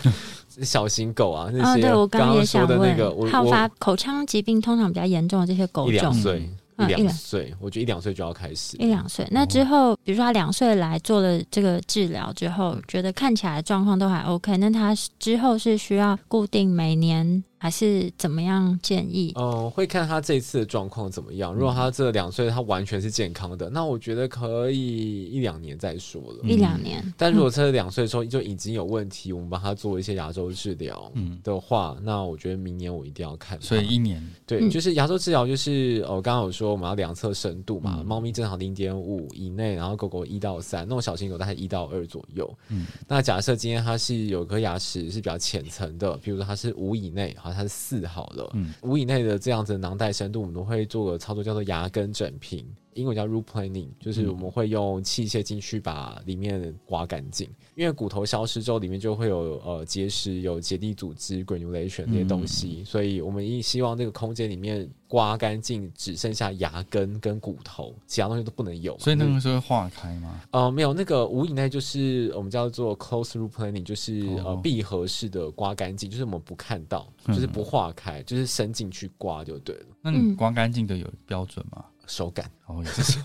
小型狗啊那啊，些，对我刚刚也说想的那问个，我，好发我口腔疾病通常比较严重的这些狗一两种，岁，一嗯一两两岁，我觉得一两岁就要开始，一两岁，哦那之后，比如说他两岁来做了这个治疗之嗯后，觉得看起来状况都还 OK，那他之后是需要固定每年还是怎么样建议？嗯，会看他这一次的状况怎么样。如果他这两岁他完全是健康的，那我觉得可以一两年再说了。一两年，嗯嗯但如果这两岁的时候就已经有问题，我们帮他做一些牙周治疗嗯的话，那我觉得明年我一定要看他。所以一年，对，嗯就是牙周治疗，就是呃，刚刚有说我们要量测深度嘛，嗯猫咪正常零点五以内，然后狗狗一到三，那种小型狗大概一到二左右。嗯那假设今天它是有颗牙齿是比较浅层的，比如说它是五以内，好，它是四好了，嗯五以内的这样子的囊袋深度，我们都会做个操作叫做牙根整平。英文叫 root planing，就是嗯我们会用器械进去把里面刮干净，因为骨头消失之后，里面就会有呃结石、有结缔组织、granulation 这些东西，所以我们一希望这个空间里面刮干净，只剩下牙根跟骨头，其他东西都不能有嘛。嗯所以那个是会化开吗？呃，没有，那个无影带就是我们叫做 close loop planning，就是、呃哦嗯闭合式的刮干净，就是我们不看到，就是不化开，就是伸进去刮就对了。那嗯你刮干净的有标准吗？(laughs) 手感，哦，也是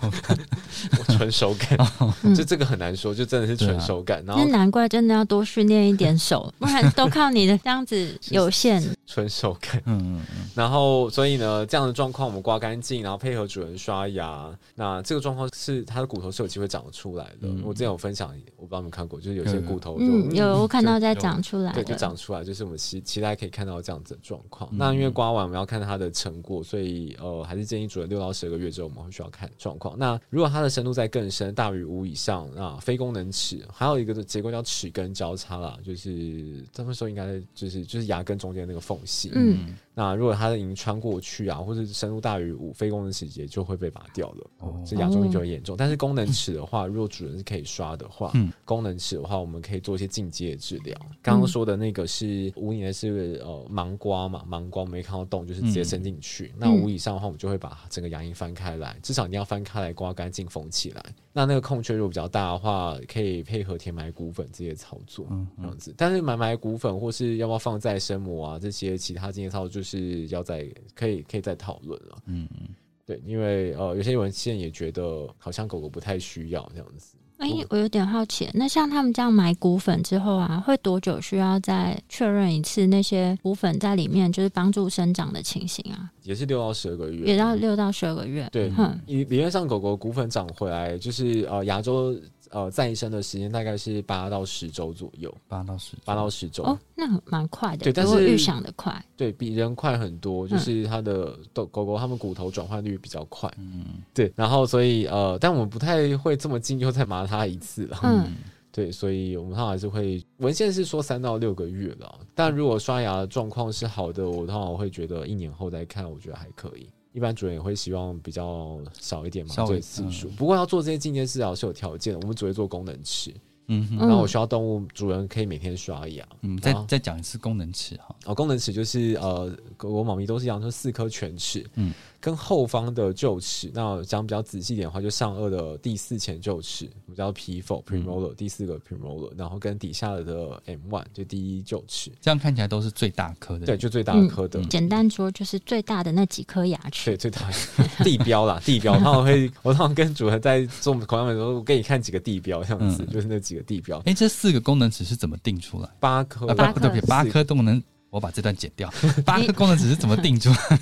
(laughs) 有我纯手感，嗯就这个很难说，就真的是哦对啊纯手感。那然后难怪真的要多训练一点手，不然 (laughs) 都靠你的这样子有限。纯手感，嗯嗯嗯，然后所以呢，这样的状况我们刮干净，然后配合主人刷牙，那这个状况是它的骨头是有机会长出来的。嗯我之前有分享，我不知道你们看过，就是有些有有骨头就嗯，有我看到在就长出来对，就了，长出来，就是我们期期待可以看到这样子的状况。那因为刮完我们要看它的成果，所以呃，还是建议主人六到十二个月之后我们会需要看状况。那如果它的深度在更深，大于五以上，那非功能齿还有一个结构叫齿根交叉啦，就是他们说应该就是就是牙根中间那个缝隙。嗯，那如果它已经穿过去啊，或者深度大于五，非功能齿也就会被拔掉了。哦，这牙周病就很严重。但是功能齿的话，如果主人是可以刷的话，嗯功能齿的话，我们可以做一些进阶的治疗。刚刚说的那个是五年是呃盲刮嘛，盲刮我们没看到洞，就是嗯直接伸进嗯去。那五以上的话，我们就会把整个牙龈翻开来，至少你要翻开来刮干净缝起来。那那个空缺如果比较大的话，可以配合填埋骨粉这些操作。嗯这样子，但是买埋骨粉或是要不要放在生膜啊，这些其他经验操作就是要再可以可以再讨论了。嗯嗯，对，因为呃，有些人现在也觉得好像狗狗不太需要这样子。哎、我有点好奇，那像他们这样买骨粉之后啊，会多久需要再确认一次那些骨粉在里面就是帮助生长的情形啊？也是六到十二个也月。到六到十二个月。嗯对哼，理理论上，狗狗骨粉长回来就是呃牙周呃再生的时间大概是八到十周左右，八到十，八到十周。哦，那蛮快的，对但比我是预想的快。对比人快很嗯多，就是它的狗狗狗它们骨头转换率比较快，嗯对，然后所以呃，但我们不太会这么近又再麻它一次了，嗯， (laughs) 对，所以我们通常还是会，文献是说三到六个月了，但如果刷牙的状况是好的，我通常会觉得一年后再看，我觉得还可以。一般主人也会希望比较少一点麻稍微醉次数，嗯不过要做这些进阶治疗是有条件的，我们只会做功能齿，嗯哼嗯然后我需要动物主人可以每天刷牙。嗯，再好再讲一次功能齿哈，哦，功能齿就是呃，狗狗、猫咪都是一样，就四颗全齿，嗯嗯，跟后方的臼齿。那讲比较仔细一点的话，就上颚的第四前臼齿，我们叫 P four premolar，、第四个 premolar，然后跟底下的 M one 就第一臼齿，这样看起来都是最大颗的，对，就最大嗯颗的。简单说就是最大的那几颗牙齿。对，最大的地标啦，地标。他们会，我通常跟主人在做口腔美容，我给你看几个地标，这样子，嗯 (laughs) 就是那几个地标，哎，这四个功能齿是怎么定出来？八颗啊，啦，八不，颗对不起，八颗功能，我把这段剪 (laughs) 掉。八颗功能只是怎么定出来？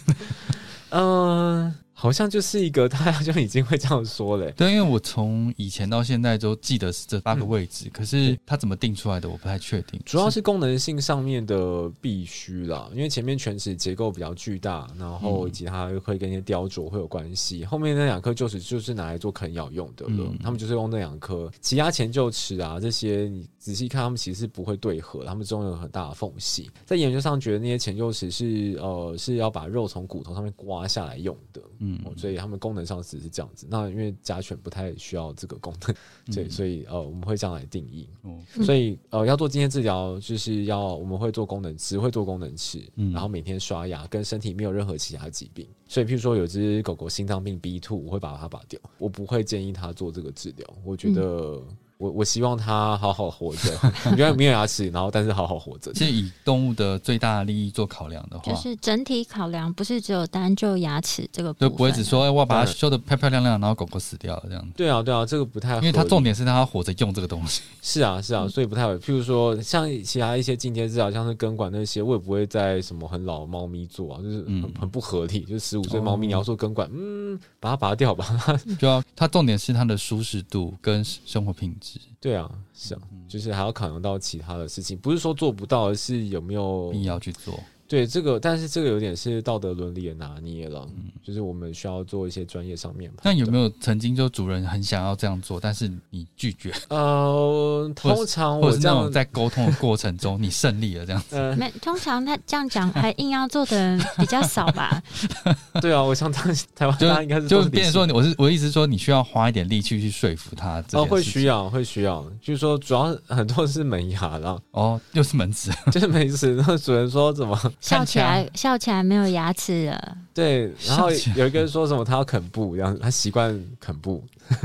嗯、好像就是一个，他好像已经会这样说欸嘞、对，因为我从以前到现在都记得是这八个位置，可是它怎么定出来的，我不太确定。嗯主要是功能性上面的必须啦，因为前面全齿结构比较巨大，然嗯后以及它会跟一些雕琢会有关系。后面那两颗臼齿就是拿来做啃咬用的了，嗯他们就是用那两颗。其他前臼齿啊这些，你仔细看，它们其实是不会对合，它们中间有很大的缝隙。在研究上觉得那些前臼齿是呃是要把肉从骨头上面刮下来用的，嗯，哦，所以他们功能上只是这样子。那因为甲犬不太需要这个功嗯能，对，所以呃我们会这样来定义。哦所以呃，要做今天治疗，就是要我们会做功能吃，会做功能吃，嗯然后每天刷牙，跟身体没有任何其他疾病。所以，譬如说有只狗狗心脏病 B two，我会把它拔掉，我不会建议它做这个治疗。我觉得、嗯我我希望它好好活着， (laughs) 因为没有牙齿，然后但是好好活着。是以动物的最大利益做考量的话，就是整体考量，不是只有单就牙齿这个部就分，不会只说哎，我要把它当然修的漂漂亮亮，然后狗狗死掉了这样子。对啊，对啊，这个不太合因理，为它重点嗯是它要活着用这个东西。是啊，是啊，所以不太会。譬如说，像其他一些进阶治疗，像是根管那些，我也不会在什么很老的猫咪做啊，就是很、嗯很不合理。就是十五岁猫咪哦你要做根管，嗯，把它拔掉吧。就要它啊重点是它的舒适度跟生活品质对啊，嗯嗯是啊，就是还要考量到其他的事情，不是说做不到，而是有没有必要去做。对这个，但是这个有点是道德伦理的拿捏了，就是我们需要做一些专业上面。嗯但有没有？有曾经就主人很想要这样做，但是你拒绝，呃，或者通常或我者是这那种样，在沟通的过程中你胜利了这样？呃，没，通常他这样讲还硬要做的人比较少吧？对啊，我想当台湾就大家应该是就 (laughs) 都是理变成性说，你我是我的意思是说，你需要花一点力气去说服他这哦，件会事需情。要，会需要，就是说主要很多是门牙啦， (laughs) 哦，又是门子，就是每次那主人说怎么笑看起起来来笑起来没有牙齿了，对，然后笑起来有一个人说什么他要啃布，这样子他习惯啃布， (laughs)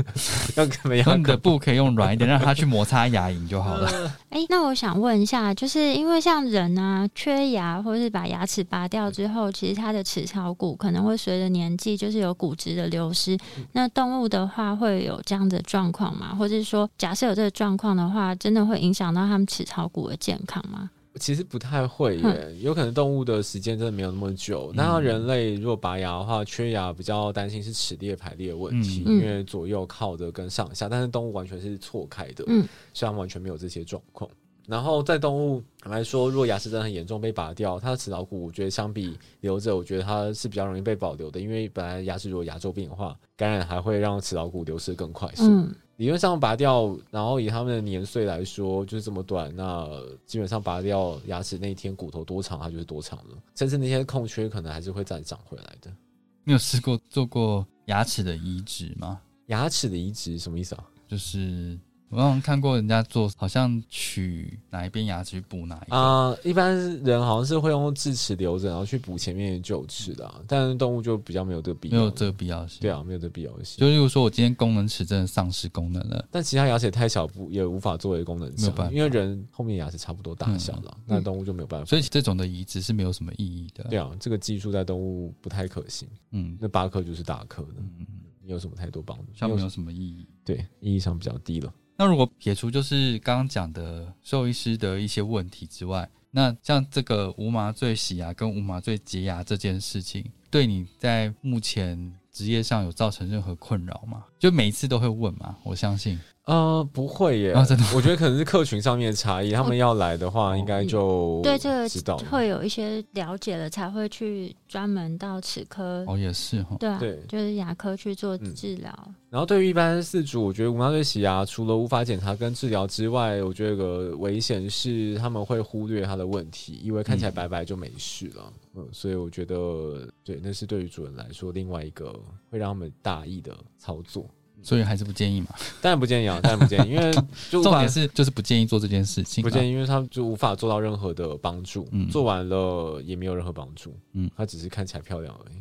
要啃门 (laughs) 牙然后你的啃布可以用软一点，让它去摩擦牙龈就好了。哎、那我想问一下，就是因为像人啊，缺牙或是把牙齿拔掉之后，其实它的齿槽骨可能会随着年纪就是有骨质的流失。嗯那动物的话会有这样的状况吗？或者是说，假设有这个状况的话，真的会影响到它们齿槽骨的健康吗？其实不太会耶，有可能动物的时间真的没有那么久。嗯那人类如果拔牙的话，缺牙比较担心是齿列排列问题，嗯因为左右靠着跟上下，但是动物完全是错开的，嗯所以它们完全没有这些状况。然后在动物来说，如果牙齿真的很严重被拔掉，它的齿槽骨我觉得相比留着，我觉得它是比较容易被保留的，因为本来牙齿如果牙周病的话，感染还会让齿槽骨流失得更快速。嗯，理论上拔掉，然后以他们的年岁来说，就是这么短，那基本上拔掉牙齿那一天骨头多长，它就是多长了。甚至那些空缺可能还是会再长回来的。你有试过做过牙齿的移植吗？牙齿的移植什么意思啊？就是我好像看过人家做，好像取哪一边牙齿去补哪一个。啊、一般人好像是会用智齿留着，然后去补前面的旧齿的、啊，但是动物就比较没有这个必没要，有这个必要性。对，啊，没有这个必要性。就例如说，我今天功能齿真的丧失功能了，但其他牙齿也太小不也无法作为功能没有上办，法因为人后面牙齿差不多大小了，那嗯动物就没有办法。所以这种的移植是没有什么意义的。对啊，这个技术在动物不太可行。嗯，那八颗就是大颗的，嗯，你有什么太多帮助？像你没有有什么意义。对，意义上比较低了。那如果撇除就是刚刚讲的兽医师的一些问题之外，那像这个无麻醉洗牙跟无麻醉洁牙这件事情，对你在目前职业上有造成任何困扰吗？就每一次都会问嘛，我相信。呃，不会耶，啊真的我觉得可能是客群上面的差异，他们要来的话，哦应该就嗯对这个知道了会有一些了解了，才会去专门到齿科，哦，也是哈。对啊，对就是牙科去做嗯治疗。然后对于一般饲主，我觉得无麻醉洗牙除了无法检查跟治疗之外，我觉得有个危险是他们会忽略它的问题，以为看起来嗯白白就没事了。嗯，所以我觉得对，那是对于主人来说另外一个会让他们大意的操作。所以还是不建议嘛。当然不建议啊，当然不建议， (laughs) 因为就无重法点是就是不建议做这件事情。不建议，因为他们就无法做到任何的帮助，嗯做完了也没有任何帮助，嗯它只是看起来漂亮而已，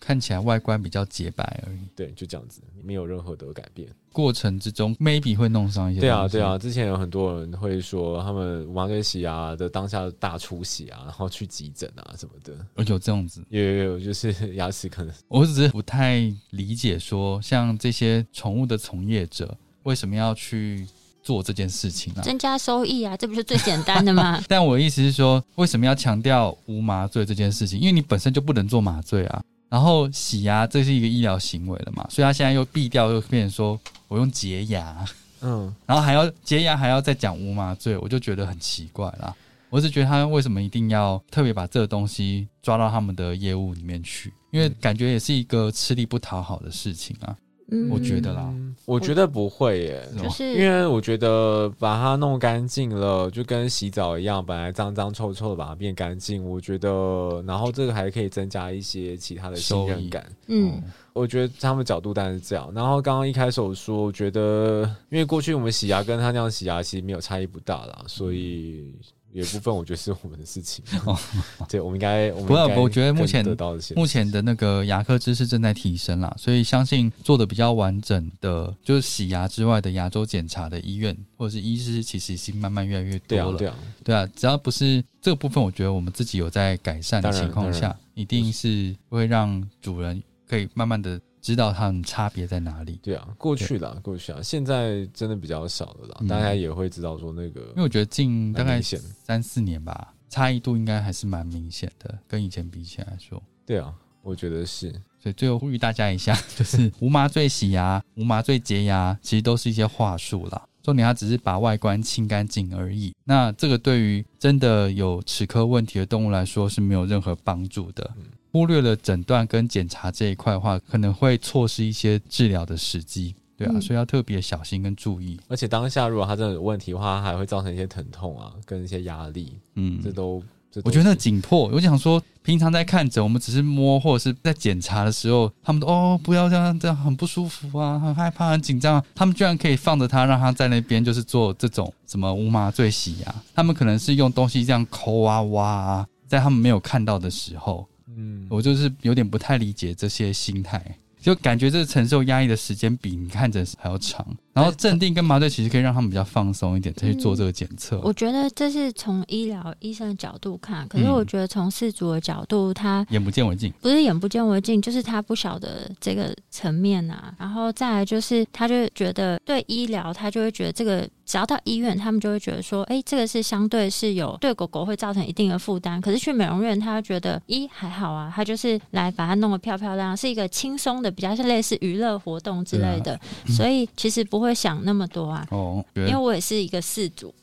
看起来外观比较洁白而已，对，就这样子，没有任何的改变。过程之中 maybe 会弄伤一些。对啊，对啊，，之前有很多人会说他们麻醉洗牙啊的当下大出血啊，然后去急诊啊什么的，有这样子，有有有，就是牙齿可能我只是不太理解说，像这些宠物的从业者为什么要去做这件事情呢、增加收益啊，这不是最简单的 (laughs) 吗？但我的意思是说，为什么要强调无麻醉这件事情？因为你本身就不能做麻醉啊。然后洗牙这是一个医疗行为了嘛，所以他现在又避掉，又变成说我用洁牙，嗯，然后还要洁牙还要再讲无麻醉，我就觉得很奇怪啦。我是觉得他为什么一定要特别把这个东西抓到他们的业务里面去？因为感觉也是一个吃力不讨好的事情啊。嗯我觉得啦我觉得不会耶。是就吗是因为我觉得把它弄干净了，就跟洗澡一样，本来脏脏臭臭的，把它变干净。我觉得，然后这个还可以增加一些其他的信收任益感。哦嗯，我觉得他们角度当然是这样。然后刚刚一开始我说，我觉得因为过去我们洗牙跟他那样洗牙其实没有差异不大啦，嗯所以有一部分我觉得是我们的事情。 (laughs) 对，我们应该我们不过应该我觉得目前更得到一些目前的那个牙科知识正在提升啦，所以相信做的比较完整的，就是洗牙之外的牙周检查的医院或者是医师，其实已经慢慢越来越多对了。啊对啊，对啊只要不是这个部分，我觉得我们自己有在改善的当然情况当下然，一定是会让主人可以慢慢的知道它们差别在哪里。对啊，过去啦过去啊，现在真的比较少了啦，嗯大家也会知道说那个因为我觉得近大蛮概明显的三四年吧，差异度应该还是蛮明显的，跟以前比起来说。对啊，我觉得是所以最后呼吁 (laughs) 大家一下，就是无麻醉洗牙、无麻醉洁牙，其实都是一些话术啦。重点它只是把外观清干净而已。那这个对于真的有齿科问题的动物来说是没有任何帮助的。忽略了诊断跟检查这一块的话，可能会错失一些治疗的时机。对啊，嗯所以要特别小心跟注意。而且当下如果它真的有问题的话，它还会造成一些疼痛啊，跟一些压力，嗯，这都这都我觉得那是紧迫，我想说，平常在看诊，我们只是摸或者是在检查的时候，他们都哦不要这样，这样很不舒服啊，很害怕，很紧张啊。他们居然可以放着他，让他在那边就是做这种什么无麻醉洗啊，他们可能是用东西这样抠啊挖啊，在他们没有看到的时候，嗯，我就是有点不太理解这些心态。就感觉这承受压力的时间比你看诊还要长，然后镇定跟麻醉其实可以让他们比较放松一点，再去做这个检测。我觉得这是从医疗医生的角度看，可是我嗯觉得从事主的角度，他眼不见为净，不是眼不见为净，就是他不晓得这个层面啊。然后再来就是，他就会觉得对医疗，他就会觉得这个只要到医院，他们就会觉得说，哎、这个是相对是有对狗狗会造成一定的负担。可是去美容院，他会觉得，咦，还好啊，他就是来把它弄得漂漂亮亮，是一个轻松的，比较是类似娱乐活动之类的，所以其实不会想那么多啊。哦，觉因为得我也是一个事主，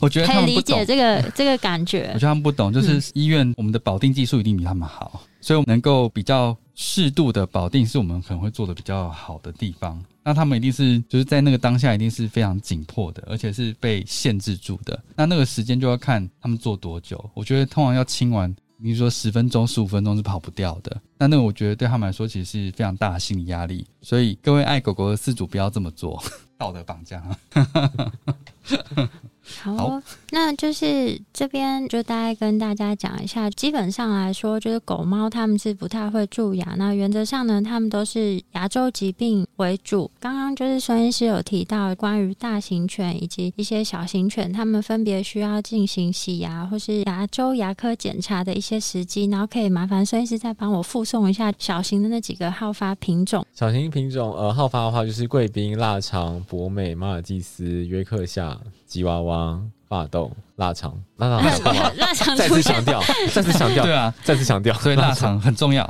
我觉得可他以们不理懂解，这个 (laughs) 这个感我觉觉。得他们不懂，就是医院我们的保定技术一定比他们好，所以我们能够比较适度的保定是我们可能会做的比较好的地方。那他们一定是就是在那个当下一定是非常紧迫的，而且是被限制住的。那那个时间就要看他们做多久。我觉得通常要清完，你说十分钟、十五分钟是跑不掉的。那那个我觉得对他们来说其实是非常大的心理压力。所以各位爱狗狗的饲主不要这么做， (laughs) 道德绑架。好哦，那就是这边就大概跟大家讲一下，基本上来说，就是狗猫它们是不太会蛀牙。那原则上呢，它们都是牙周疾病为主。刚刚就是孙医师有提到关于大型犬以及一些小型犬，它们分别需要进行洗牙或是牙周牙科检查的一些时机，然后可以麻烦孙医师再帮我附送一下小型的那几个好发品 (laughs) 种。小型品种呃好发的话就是贵宾、腊肠、博美、马尔济斯、约克夏、吉娃娃、发豆、腊肠、腊肠还有干嘛腊肠再出次现强调，再次强调对，啊，再次强调，所以腊肠很重要。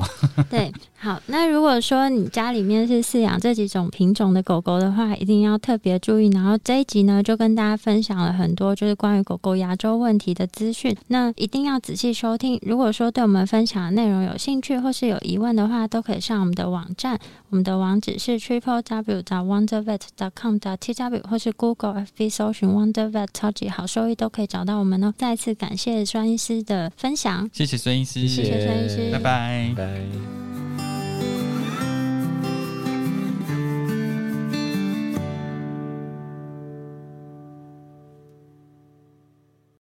对，好，那如果说你家里面是饲养这几种品种的狗狗的话，一定要特别注意。然后这一集呢，就跟大家分享了很多就是关于狗狗牙周问题的资讯，那一定要仔细收听。如果说对我们分享的内容有兴趣或是有疑问的话，都可以上我们的网站，我们的网址是 triple w wondervet com t w 或是 Google FB 搜寻 wondervet 超级好收益都可以找到我们哦。再次感谢专医师的分享。谢谢孙医师，谢谢孙医师拜拜。拜。